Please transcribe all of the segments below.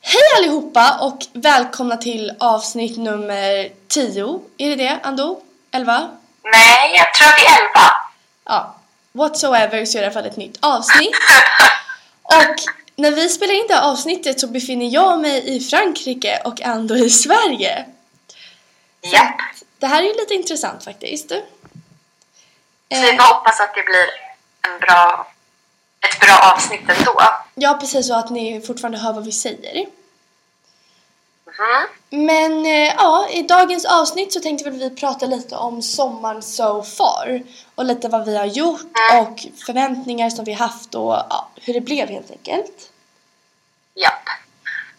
Hej allihopa och välkomna till avsnitt nummer 10. Är det det, Ando? 11? Nej, jag tror att det är elva. Ja. Whatsoever så är det i alla fall ett nytt avsnitt. Och när vi spelar in det här avsnittet så befinner jag mig i Frankrike och Ando i Sverige. Japp. Det här är ju lite intressant faktiskt. Så vi Eh, får hoppas att det blir en bra, ett bra avsnitt ändå. ja, precis. Och att ni fortfarande hör vad vi säger. Mhm. Men eh, ja, i dagens avsnitt så tänkte väl vi prata lite om sommaren so far. Och lite vad vi har gjort och förväntningar som vi haft och ja, hur det blev helt enkelt. Japp.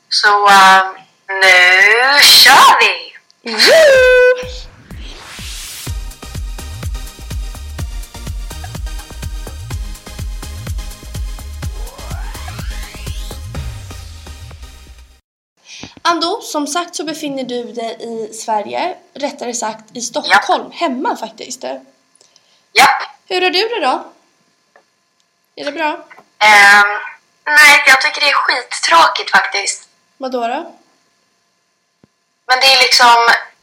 Så eh, nu kör vi! Woo! Ando, som sagt så befinner du dig i Sverige, rättare sagt i Stockholm, hemma faktiskt. Japp. Hur har du det då? Är det bra? Ehm, nej, jag tycker det är skittråkigt faktiskt. Vadå då? Men det är liksom,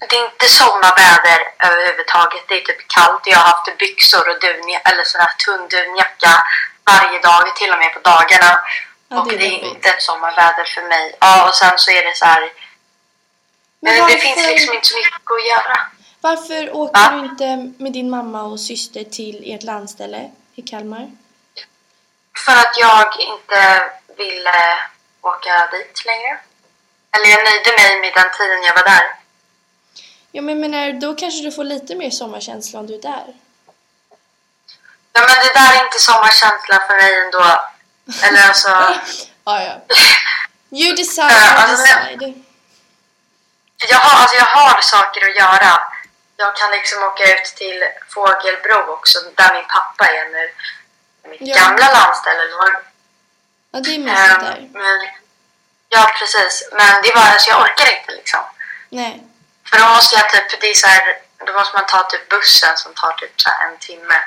det är inte sommarväder överhuvudtaget. Det är typ kallt och jag har haft byxor och dun, eller sån här tunn dunjacka varje dag, till och med på dagarna. Ja, och det det är är, jobbigt. inte ett sommarväder för mig. Ja, och sen så är det så här, Men det finns liksom inte så mycket att göra. varför åker Ja. du inte med din mamma och syster till ert landställe i Kalmar? För att jag inte ville åka dit längre. Eller jag nöjde mig med den tiden jag var där. Ja men jag menar, då kanske du får lite mer sommarkänsla om du är där. Ja, men det där är inte sommarkänsla för mig ändå. Eller alltså... Ah, ja. You decide, Ja, you alltså, decide. Jag har, alltså jag har saker att göra. Jag kan liksom åka ut till Fågelbro också, där min pappa är nu. Mitt Ja. gamla landställe. då. Ja, det är Ehm, mysigt där. men, ja, precis. Men det var, alltså jag orkar inte liksom. Nej. För då måste jag typ, det är så här, då måste man ta typ bussen som tar typ så här en timme.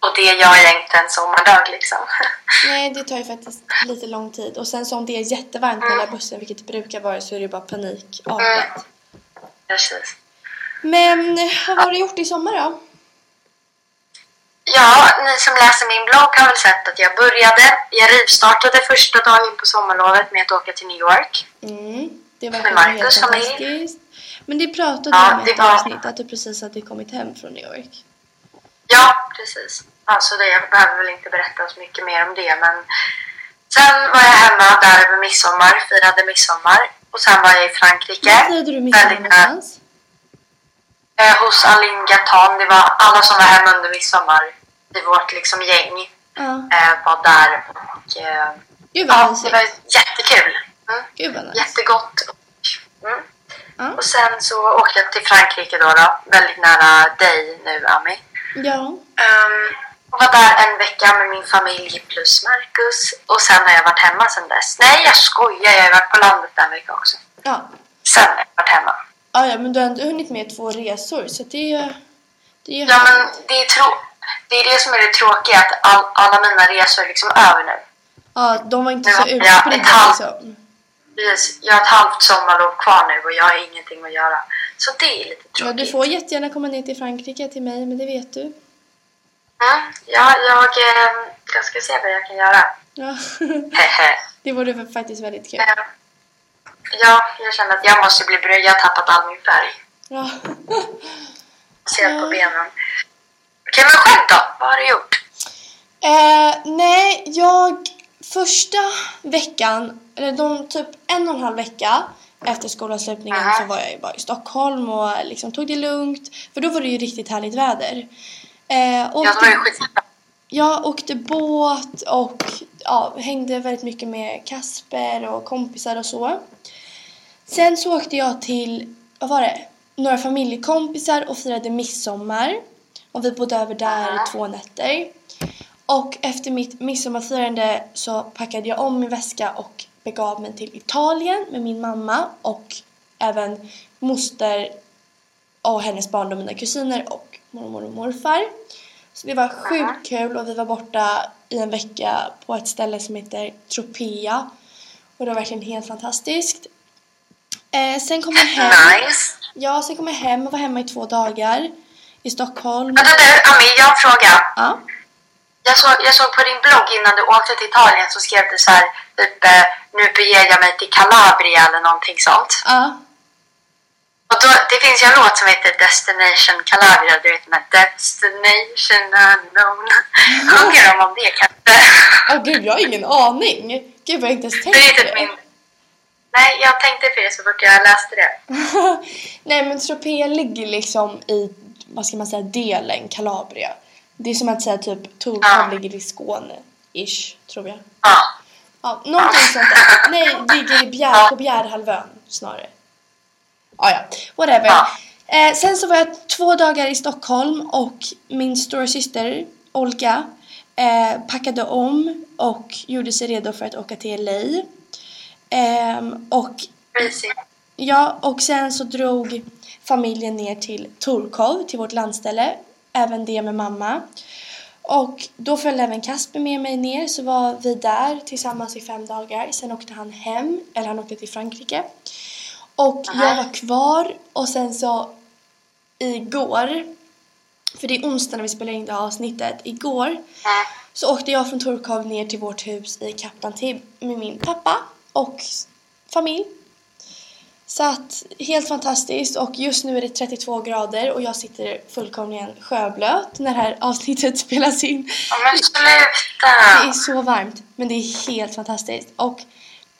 Och det gör jag inte en sommardag liksom. Nej, det tar ju faktiskt lite lång tid. Och sen så om det är jättevarmt i den där bussen, vilket det brukar vara, så är det ju bara Mm. panikartat. Precis. Men eh, vad har du gjort i sommar då? Ja, ni som läser min blogg har väl sett att jag började. Jag rivstartade första dagen på sommarlovet med att åka till New York. Mm, det var Med faktiskt helt Marcus familj. fantastiskt. Men det pratade Ja, du om i det ett var- avsnitt, att du precis hade kommit hem från New York. Ja, precis. Alltså det, jag behöver väl inte berätta så mycket mer om det men sen var jag hemma där över midsommar, firade midsommar. Och sen var jag i Frankrike. Vad firade du midsommar Väldigt nära. någonstans? Eh, hos Aline Gatan. Det var alla som var hemma under midsommar i vårt liksom, gäng Ja. eh, var där. Och, eh, Gud vad ja, det var mysigt. jättekul. Mm, Gud vad nice. jättegott. Mm. Ja. Och sen så åkte jag till Frankrike då, då väldigt nära dig nu Ami. ja. Ehm, och var där en vecka med min familj plus Marcus. Och sen har jag varit hemma sen dess. Nej jag skojar, jag har varit på landet en vecka också. Ja. Sen har jag varit hemma. Ah, ja, men du har ändå hunnit med två resor så det är ju... Det är ju Ja men det är, trå- det är det som är det tråkiga, att all- alla mina resor är liksom över nu. ja, de var inte så Ja, ja, ett utspridda halvt. liksom. Precis, jag har ett halvt sommarlov kvar nu och jag har ingenting att göra. Så det är lite tråkigt. Ja, du får jättegärna komma ner till Frankrike till mig, men det vet du. Mm, ja, jag, eh, jag ska se vad jag kan göra. Ja. Hehe. Det vore väl faktiskt väldigt kul. Eh, ja, jag känner att jag måste bli brun. Jag har tappat all min färg. Ja. Ser Ja. på benen. Okej, men själv då? Vad har du gjort? Eh, nej, jag första veckan, eller de, typ en och en halv vecka efter skolavslutningen Aha. så var jag ju bara i Stockholm och liksom tog det lugnt. För då var det ju riktigt härligt väder. Eh, och Jag var ju skitbra. Jag åkte båt och ja, hängde väldigt mycket med Kasper och kompisar och så. Sen så åkte jag till, vad var det, några familjekompisar och firade midsommar. Och vi bodde över där i två nätter. Och efter mitt midsommarfirande så packade jag om min väska och begav mig till Italien med min mamma och även moster och hennes barn och mina kusiner och mormor och morfar. Så det var sjukt kul och vi var borta i en vecka på ett ställe som heter Tropea. Och det var verkligen helt fantastiskt. Eh, sen kom jag hem. Nice. Ja, sen kom jag hem och var hemma i två dagar i Stockholm. Vänta du, Ami, jag har en fråga. Ja. Jag såg, jag såg på din blogg innan du åkte till Italien så skrev du så här typ eh, nu beger jag mig till Calabria eller någonting sånt. Ja. Och då, det finns ju en låt som heter Destination Calabria, du vet med Destination unknown. Sjunger de om det kanske? Åh gud, jag har ingen aning. Gud, jag har inte ens tänkt Det är på typ min... Nej, jag tänkte på det så fort jag läste det. Nej men Tropea ligger liksom i, vad ska man säga, delen Calabria. Det är som att säga typ Torhamn Ja. ligger i Skåne, ish, tror jag. Ja. Ja, någonting sånt där. Nej, ligger i Bjär, på Bjärhalvön snarare. Ah, ja, whatever. Ja. Eh, sen så var jag två dagar i Stockholm och min stora syster Olga eh, packade om och gjorde sig redo för att åka till LA. Ehm, och Mysigt. Ja, och sen så drog familjen ner till Torkov, till vårt landställe. Även det med mamma. Och då följde även Kasper med mig ner, så var vi där tillsammans i fem dagar. Sen åkte han hem, eller han åkte till Frankrike. Och jag var kvar och sen så igår, för det är onsdag när vi spelar in det här avsnittet, igår Mm. så åkte jag från Torkov ner till vårt hus i Kaplan Tib med min pappa och s- familj. Så att, helt fantastiskt och just nu är det 32 grader och jag sitter fullkomligen sjöblöt när det här avsnittet spelas in. Ja, men sluta! Det är så varmt men det är helt fantastiskt och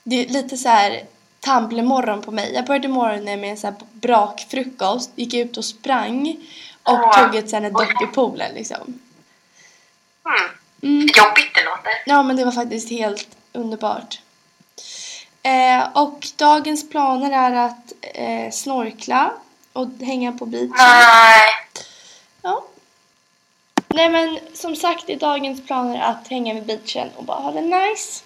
det är lite så här Tumbler-morgon på mig. Jag började morgonen med en så här brakfrukost, gick ut och sprang och tog ett sen ett dopp i poolen liksom. Mm. Mm. Jobbigt det låter. Ja, men det var faktiskt helt underbart. Eh, och dagens planer är att eh, snorkla och hänga på beachen. Nej. Ja. Nej, men som sagt är dagens planer att hänga vid beachen och bara ha det nice.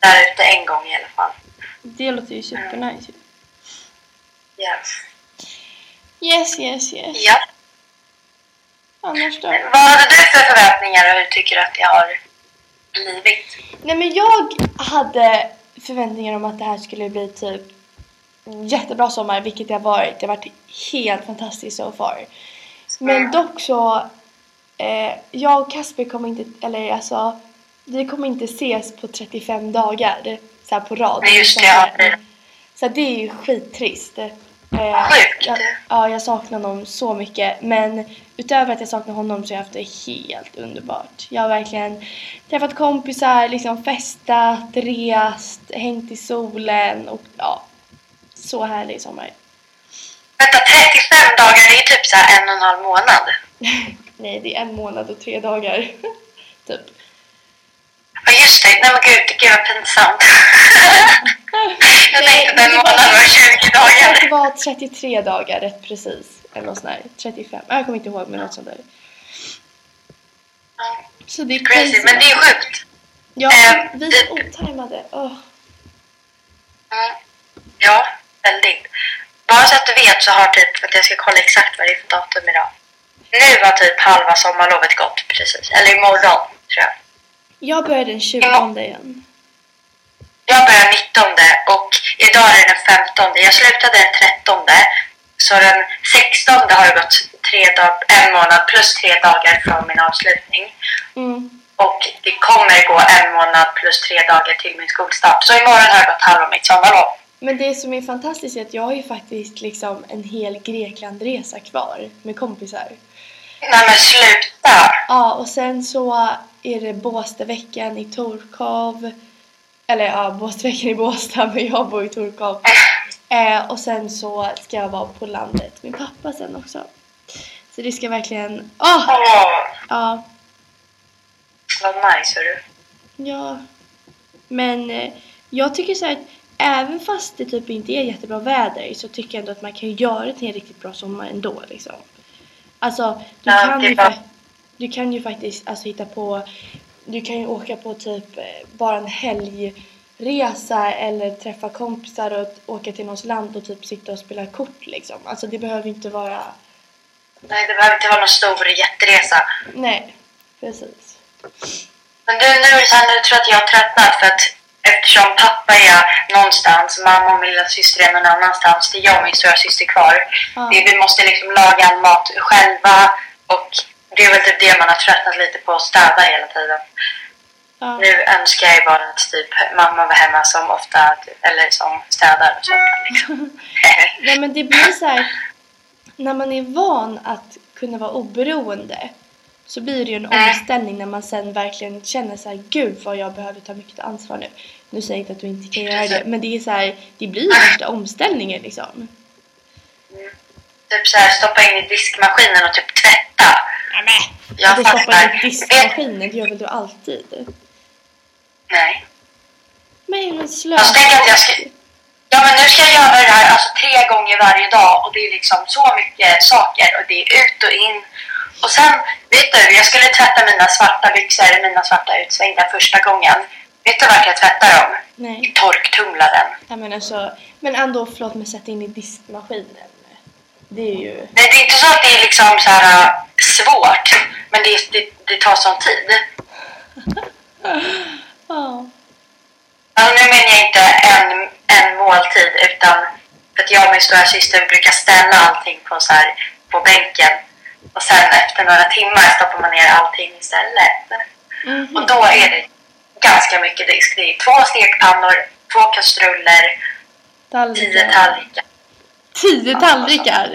där ute en gång i alla fall. Det låter ju supernice. ju. Yes. Yes, yes, yes. Ja. Annars då? Vad hade du för förväntningar och hur tycker du att det har blivit? Nej men jag hade förväntningar om att det här skulle bli typ jättebra sommar, vilket det har varit. Det har varit helt fantastiskt so far. Men dock så, eh, jag och Kasper kommer inte, eller alltså, vi kommer inte ses på 35 dagar så här på rad. Nej, just det, ja. Så det är ju skittrist. Eh, Sjukt. Jag, ja, jag saknar honom så mycket. Men utöver att jag saknar honom så har jag haft det helt underbart. Jag har verkligen träffat kompisar, liksom festat, rest, hängt i solen och ja, så härlig sommar. Vänta, 35 dagar det är typ så här en och en halv månad. Nej, det är en månad och tre dagar. typ. Ja just det, nej men gud, gud vad pinsamt. jag Nej, tänkte att men en det månad var- var 20 Jag tror att det dagar. var 33 dagar rätt precis. Eller något sånt där. 35. Jag kommer inte ihåg men något sånt där. Ja, Så det är Crazy, men det är sjukt. Ja, eh, vi det- är otajmade. Åh. Mm. Ja, väldigt. Bara så att du vet så har typ, att jag ska kolla exakt vad det är för datum idag. Nu har typ halva sommarlovet gått precis, eller imorgon tror jag. Jag börjar den 20 Ja. igen. Jag börjar 19 och idag är det den 15. Jag slutade den 13. Så den 16 har det gått tre dag, en månad plus tre dagar från min avslutning. Mm. Och det kommer gå en månad plus tre dagar till min skolstart. Så imorgon har det gått halva mitt sommarlov. Men det som är fantastiskt är att jag har ju faktiskt liksom en hel Greklandresa kvar med kompisar. Nej men sluta! Ja, och sen så är det Båstadveckan i Torkov. Eller ja, Båstadveckan i Båstad, men jag bor i Torkov. Eh, och sen så ska jag vara på landet med pappa sen också. Så det ska verkligen... Åh! Åh, Ja, vad nice hörru. ja. Men eh, jag tycker så här att även fast det typ inte är jättebra väder så tycker jag ändå att man kan göra det till en riktigt bra sommar ändå liksom. Alltså, du Ja, kan det är ju bra. fa- du kan ju faktiskt alltså, hitta på, du kan ju åka på typ eh, bara en helgresa eller träffa kompisar och t- åka till någons land och typ sitta och spela kort liksom. Alltså det behöver inte vara, Nej det behöver inte vara någon stor jätteresa. nej, precis. Men du, nu, så här, nu tror jag att jag har tröttnat för att eftersom pappa är någonstans, mamma och min lilla syster är någon annanstans, det är jag och min stora syster kvar. Ja. Vi, vi måste liksom laga all mat själva och det är väl typ det man har tröttnat lite på, att städa hela tiden. Ja. Nu önskar jag ju bara att typ mamma var hemma som ofta, eller som städar och sånt. Liksom. Nej men det blir så här. När man är van att kunna vara oberoende så blir det ju en omställning när man sen verkligen känner så här, gud vad jag behöver ta mycket ansvar nu. Nu säger jag inte att du inte kan göra det, men det är så här, det blir värsta omställningen liksom. Typ såhär stoppa in i diskmaskinen och typ tvätta. Jag Att du stoppar i diskmaskinen, det gör väl du alltid? Nej. Men men Alltså slösa. tänk att jag ska... Ja men nu ska jag göra det här alltså, tre gånger varje dag och det är liksom så mycket saker och det är ut och in. Och sen, vet du, jag skulle tvätta mina svarta byxor, mina svarta utsvängda första gången. Vet du vart jag tvättar dem? I Nej, torktumlaren. jag menar så. Men ändå, förlåt men sätt in i diskmaskinen. Det är ju... Nej, det är inte så att det är liksom så här äh, svårt, men det, det, det tar sån tid. Ja. Alltså, nu menar jag inte en, en måltid, utan för att jag och min stora syster vi brukar ställa allting på, så här, på bänken. Och sen efter några timmar stoppar man ner allting istället. Och då är det ganska mycket disk. Det är två stekpannor, två kastruller, tio Tallrikar. tallrikar. Tio tallrikar!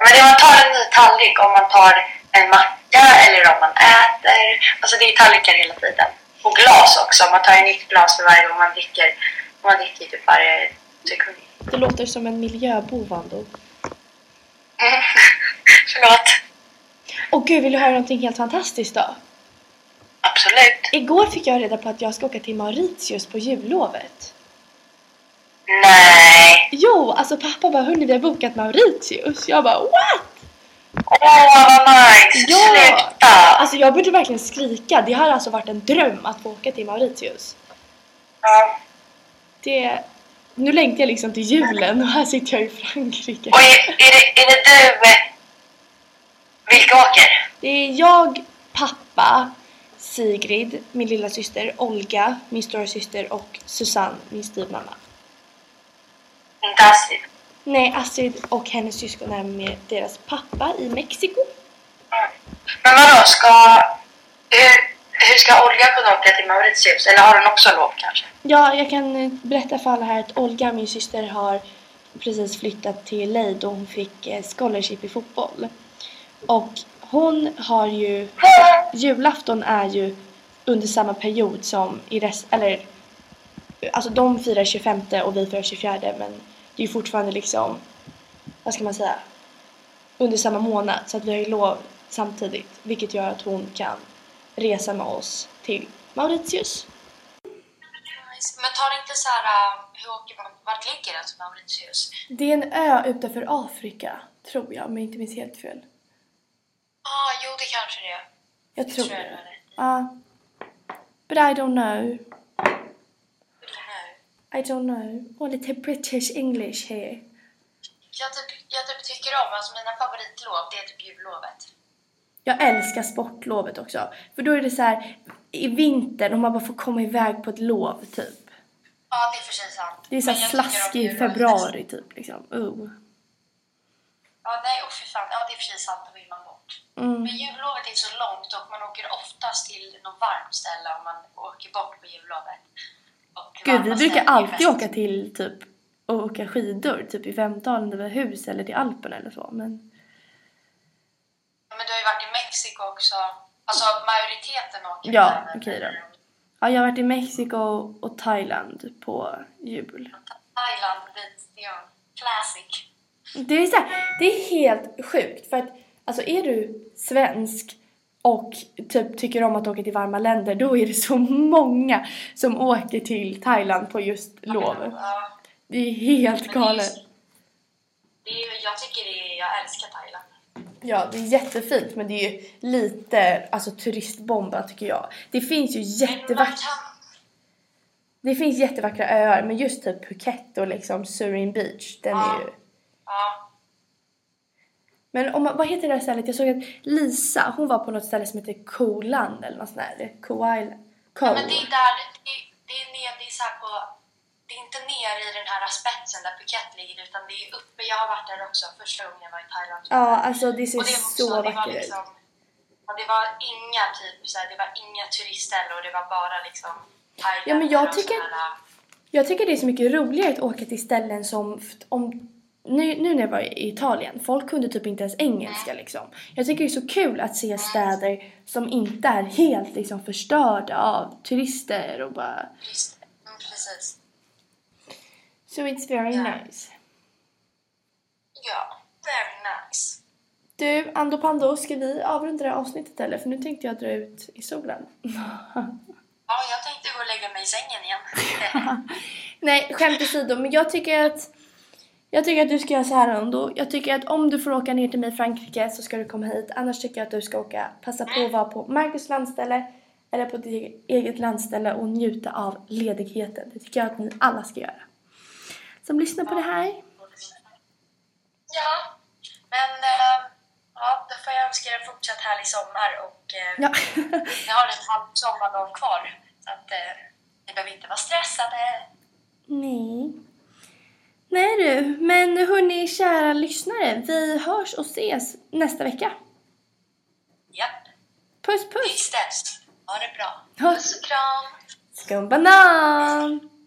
Men det- man tar en ny tallrik om man tar en macka eller om man äter. Alltså det är tallrikar hela tiden. Och glas också. Man tar ju nytt glas för varje gång man dricker. Man dricker ju typ varje sekund. Det låter som en miljöbov Ando. Mm. Förlåt. Och gud, vill du höra någonting helt fantastiskt då? Absolut. Igår fick jag reda på att jag ska åka till Mauritius på jullovet. Nej. Jo, alltså pappa bara hörni vi har bokat Mauritius. Jag bara what? Åh vad nice. Ja! Sluta. Alltså jag började verkligen skrika. Det har alltså varit en dröm att få åka till Mauritius. Ja. Det... Nu längtar jag liksom till julen och här sitter jag i Frankrike. Och är, är, det, är det du? Vilka åker? Det är jag, pappa, Sigrid, min lilla syster, Olga, min stora syster och Susanne, min styvmamma. Inte Astrid. Nej, Astrid och hennes syskon är med deras pappa i Mexiko. Mm. Men vadå, ska... Hur, hur ska Olga kunna åka till Mauritius? Eller har hon också lov kanske? Ja, jag kan eh, berätta för alla här att Olga, min syster, har precis flyttat till LA då hon fick eh, scholarship i fotboll. Och hon har ju... Julafton är ju under samma period som i rest... Eller... Alltså de firar 25 och vi firar 24 men det är ju fortfarande liksom... Vad ska man säga? Under samma månad så att vi har ju lov samtidigt vilket gör att hon kan resa med oss till Mauritius. Men tar det inte så här... äh, Hur åker man? Vart ligger den som Mauritius? Det är en ö utanför Afrika, tror jag, om jag inte minns helt fel. Ja, Ah, jo det kanske det är. Jag tror tror jag det. det är. Ja. But I don't know. Nej. I don't know. Och lite British English here. Jag typ, jag typ tycker om, alltså mina favoritlov det är typ jullovet. Jag älskar sportlovet också. För då är det så här i vintern och man bara får komma iväg på ett lov typ. Ja, det är för sig sant. Det är så Men här jag tycker om slask i jullovet mest. februari typ liksom. Oh. Ja, nej och för fan. Ja, det är för sig sant. Då vill man bort. Mm. Men jullovet är så långt och man åker oftast till något varmt ställe om man åker bort på jullovet. Och Gud, vi varma brukar ställen är alltid bäst. åka till typ och åka skidor, typ i Vemdalen där vi har hus eller till Alperna eller så. Men Ja, Men du har ju varit i Mexiko också. Alltså majoriteten åker Ja, till den. okej då. ja, jag har varit i Mexiko och Thailand på jul. Thailand, dit. Det är en classic. Det är, så här, det är helt sjukt för att alltså är du svensk och typ tycker om att åka till varma länder då är det så många som åker till Thailand på just lov. Ja, Det är helt men det är ju- galet. Det är, ju- jag tycker det är, jag älskar Thailand. Ja, det är jättefint men det är ju lite alltså turistbombat tycker jag. Det finns ju Men man jättevackra kan, det finns jättevackra öar men just typ Phuket och liksom Surin Beach den är ju ja, Men om man, vad heter det där stället? Jag såg att Lisa, hon var på något ställe som heter Koland eller något sånt där. Ko Island. Ko. Ja, men det är där, det, är- det är nere, det är så här på, det är inte nere i den här spetsen där Phuket ligger utan det är uppe. Jag har varit där också första gången jag var i Thailand. Ja, alltså det ser Och det var också, så det var vackert ut. liksom, ja, det var inga typ så här, det var inga turistställen och det var bara liksom Ja, men jag thailändare och tycker- sådana där- Jag tycker det är så mycket roligare att åka till ställen som, om, nu, nu när jag var i Italien, folk kunde typ inte ens engelska liksom. Jag tycker det är så kul att se städer som inte är helt liksom förstörda av turister och bara... Precis. Mm, precis. So it's very nice. Ja, very nice. Du, Ando Pando, ska vi avrunda det här avsnittet eller? För nu tänkte jag dra ut i solen. Ja, jag tänkte gå och lägga mig i sängen igen. Nej, skämt åsido, men jag tycker att jag tycker att du ska göra så här ändå. Jag tycker att om du får åka ner till mig i Frankrike så ska du komma hit. Annars tycker jag att du ska åka, passa på att vara på Marcus landställe eller på ditt eget landställe och njuta av ledigheten. Det tycker jag att ni alla ska göra. Som lyssnar på det här. ja, men eh, ja, då får jag önska er en fortsatt härlig sommar och eh, Ja. ni har en halv sommarlov kvar. Så att eh, ni behöver inte vara stressade. Nej. Nej du, men hörni kära lyssnare, vi hörs och ses nästa vecka. Japp, Puss puss! tills dess. Ha det bra. Ja. Puss och kram. Skumbanan!